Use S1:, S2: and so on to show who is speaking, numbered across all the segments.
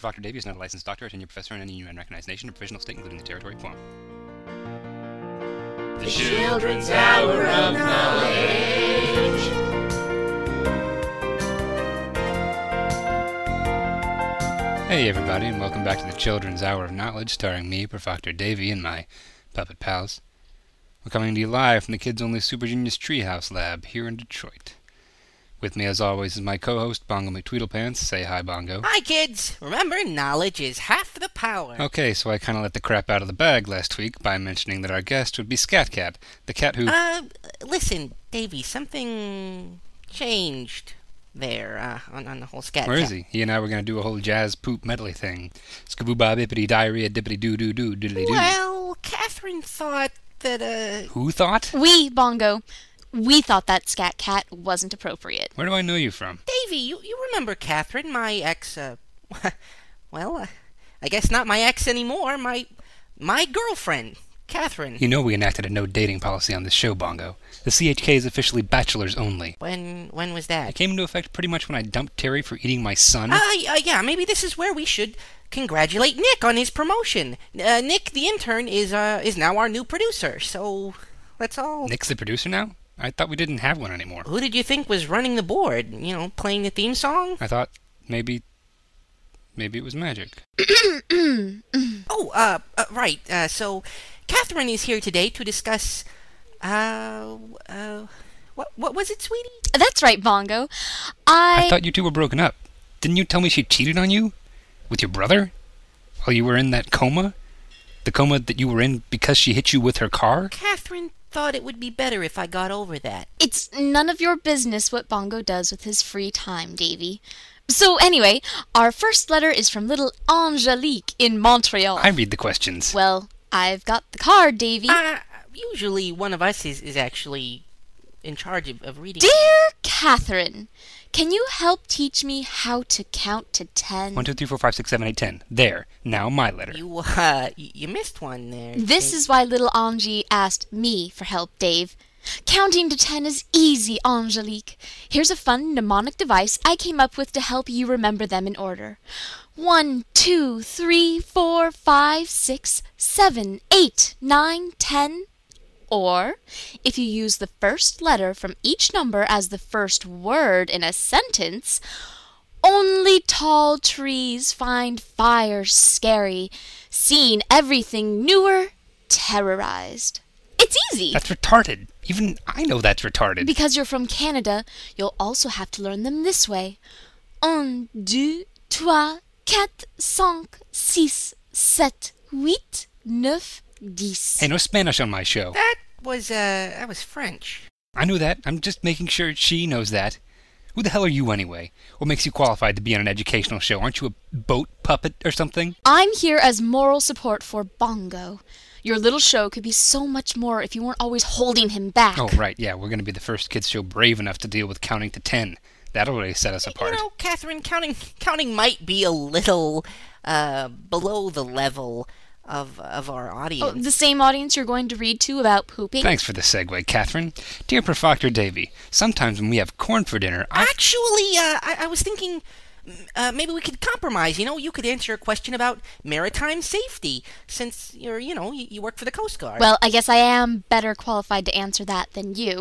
S1: Dr. Davy is not a licensed doctor, a tenured professor in any UN recognized nation or provisional state, including the territory of Guam.
S2: The Children's Hour of Knowledge.
S1: Hey, everybody, and welcome back to the Children's Hour of Knowledge, starring me, Professor Davy, and my puppet pals. We're coming to you live from the Kids Only Super Genius Treehouse Lab here in Detroit. With me, as always, is my co host, Bongo McTweedlepants. Say hi, Bongo.
S3: Hi, kids. Remember, knowledge is half the power.
S1: Okay, so I kind of let the crap out of the bag last week by mentioning that our guest would be Scat Cat, the cat who.
S3: Uh, listen, Davy, something changed there uh, on, on the whole scat.
S1: Where is
S3: chat.
S1: he? He and I were going to do a whole jazz poop medley thing. Skaboo bob ippity diarrhea dippity doo doo doo diddly doo.
S3: Well, Catherine thought that, uh,
S1: Who thought?
S2: We, Bongo, we thought that scat cat wasn't appropriate.
S1: Where do I know you from?
S3: Davy, you, you remember Catherine, my ex, uh, well, uh, I guess not my ex anymore, my, my girlfriend, Catherine.
S1: You know we enacted a no dating policy on this show, Bongo. The CHK is officially bachelors only.
S3: When, when was
S1: It
S3: that?
S1: came into effect pretty much when I dumped Terry for eating my son.
S3: Ah, y- uh, yeah, maybe this is where we should congratulate Nick on his promotion. Uh, Nick, the intern, is uh, is now our new producer. So let's all.
S1: Nick's the producer now? I thought we didn't have one anymore.
S3: Who did you think was running the board? You know, playing the theme song.
S1: I thought maybe. Maybe it was magic.
S3: Oh, uh, uh right. Uh, so Catherine is here today to discuss. Uh, uh, what what was it, sweetie?
S2: That's right, Bongo. I.
S1: I thought you two were broken up. Didn't you tell me she cheated on you? With your brother? While you were in that coma? The coma that you were in because she hit you with her car?
S3: Catherine thought it would be better if I got over that.
S2: It's none of your business what Bongo does with his free time, Davy. So, anyway, our first letter is from little Angelique in Montreal.
S1: I read the questions.
S2: Well, I've got the card, Davy.
S3: Uh, usually one of us is is actually in charge of, of reading.
S2: Dear Catherine, can you help teach me how to count to ten?
S1: One, two, three, four, five, six, seven, eight, ten. There. Now my letter.
S3: You uh, y- you missed one there.
S2: This is why little Angie asked me for help, Dave. Counting to ten is easy, Angelique. Here's a fun mnemonic device I came up with to help you remember them in order. One, two, three, four, five, six, seven, eight, nine, ten. Or, if you use the first letter from each number as the first word in a sentence, only tall trees find fire scary, seen everything newer, terrorized. It's easy!
S1: That's retarded. Even I know that's retarded.
S2: Because you're from Canada, you'll also have to learn them this way. Un, deux, trois, quatre, cinq, six, sept, huit, neuf, dix.
S1: hey, no Spanish on my
S2: Oh.
S1: show.
S3: That was uh that was French.
S1: I know that. I'm just making sure she knows that. Who the hell are you anyway? What makes you qualified to be on an educational show? Aren't you a boat puppet or something?
S2: I'm here as moral support for Bongo. Your little show could be so much more if you weren't always holding him back.
S1: Oh, right, yeah, we're going to be the first kids show brave enough to deal with counting to ten. That'll really set us apart.
S3: You know, Catherine, counting counting might be a little uh below the level of of our
S2: Oh,
S3: audience.
S2: the same audience you're going to read to about pooping?
S1: Thanks for the segue, Catherine. Dear Professor Davy, sometimes when we have corn for dinner, I.
S3: Actually, uh, I, I was thinking. mm, Uh, maybe we could compromise. You know, you could answer a question about maritime safety, since you're, you know, you, you work for the Coast Guard.
S2: Well, I guess I am better qualified to answer that than you.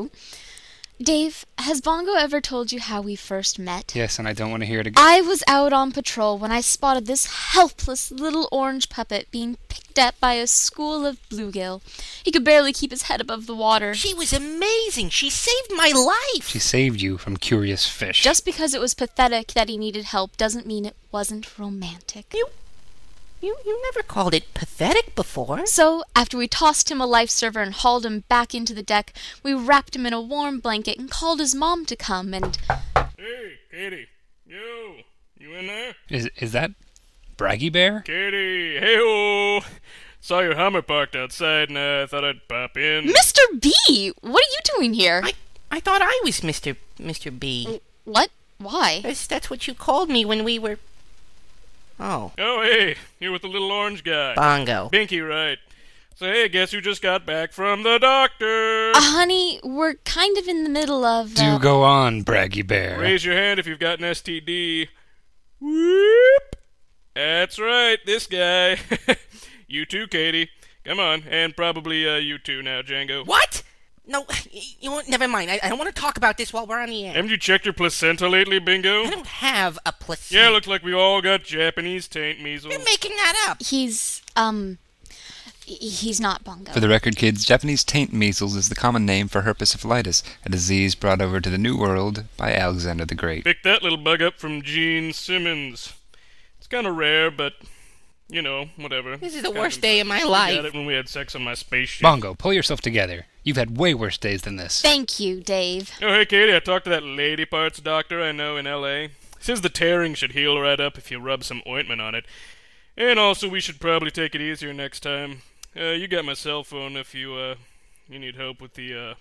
S2: Dave, has Bongo ever told you how we first met?
S1: Yes, and I don't want to hear it again.
S2: I was out on patrol when I spotted this helpless little orange puppet being picked at by a school of bluegill. He could barely keep his head above the water.
S3: she was amazing. She saved my life.
S1: She saved you from curious fish.
S2: Just because it was pathetic that he needed help doesn't mean it wasn't romantic.
S3: you, you, you never called it pathetic before.
S2: So, after we tossed him a life server and hauled him back into the deck, we wrapped him in a warm blanket and called his mom to come and.
S4: Hey, Katie. Yo, you in there?
S1: Is, is that Braggy Bear?
S4: Katie, hey Saw your Hummer parked outside and uh, I thought I'd pop in.
S2: Mr. B! What are you doing here?
S3: I, I thought I was Mr. Mr. B.
S2: What? Why?
S3: That's, that's what you called me when we were. Oh,
S4: Oh, hey, you're with the little orange guy.
S3: bongo.
S4: Binky, right. So, hey, guess who just got back from the doctor?
S2: Uh, honey, we're kind of in the middle of.
S1: Do
S2: Uh,
S1: go on, Braggy Bear.
S4: Raise your hand if you've got an STD. Whoop! That's right, this guy. you too, Katie. Come on, and probably uh, you too now, Django.
S3: What? No, you know what? Never mind. I, I don't want to talk about this while we're on the air.
S4: Haven't you checked your placenta lately, Bingo?
S3: I don't have a placenta.
S4: Yeah, looks like we all got Japanese taint measles.
S3: You're making that up.
S2: He's, um, he- he's not Bungo.
S1: For the record, kids, Japanese taint measles is the common name for herpessyphilitis, a disease brought over to the New World by Alexander the Great.
S4: Picked that little bug up from Gene Simmons. It's kind of rare, but you know, whatever.
S3: This is the
S4: Kinda
S3: worst day of my
S4: I got
S3: life.
S4: it when we had sex on my spaceship.
S1: Bongo, pull yourself together. You've had way worse days than this.
S2: Thank you, Dave.
S4: Oh, hey, Katie, I talked to that lady parts doctor I know in L.A. Says the tearing should heal right up if you rub some ointment on it. And also, we should probably take it easier next time. Uh, you got my cell phone if you, uh, you need help with the, uh,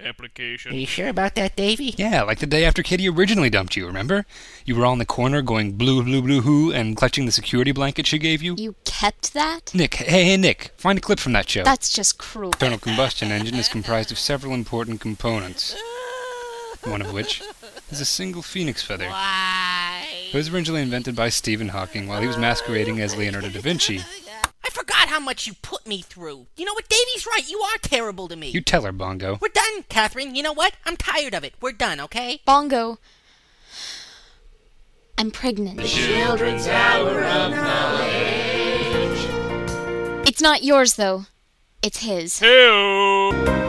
S3: Are
S4: application.
S3: you sure about that, Davy?
S1: Yeah, like the day after Kitty originally dumped you, remember? You were on the corner going blue, blue, blue, hoo, and clutching the security blanket she gave you?
S2: You kept that?
S1: Nick, hey, hey, Nick, find a clip from that show.
S2: That's just cruel.
S1: Internal combustion engine is comprised of several important components, one of which is a single phoenix feather.
S3: Why?
S1: It was originally invented by Stephen Hawking while he was masquerading as Leonardo da Vinci.
S3: I forgot how much you put me through. You know what? Davy's right. You are terrible to me.
S1: You tell her, Bongo.
S3: We're done, Catherine. You know what? I'm tired of it. We're done, okay?
S2: Bongo. I'm pregnant. It's not yours, though. It's his.
S4: Hey-o!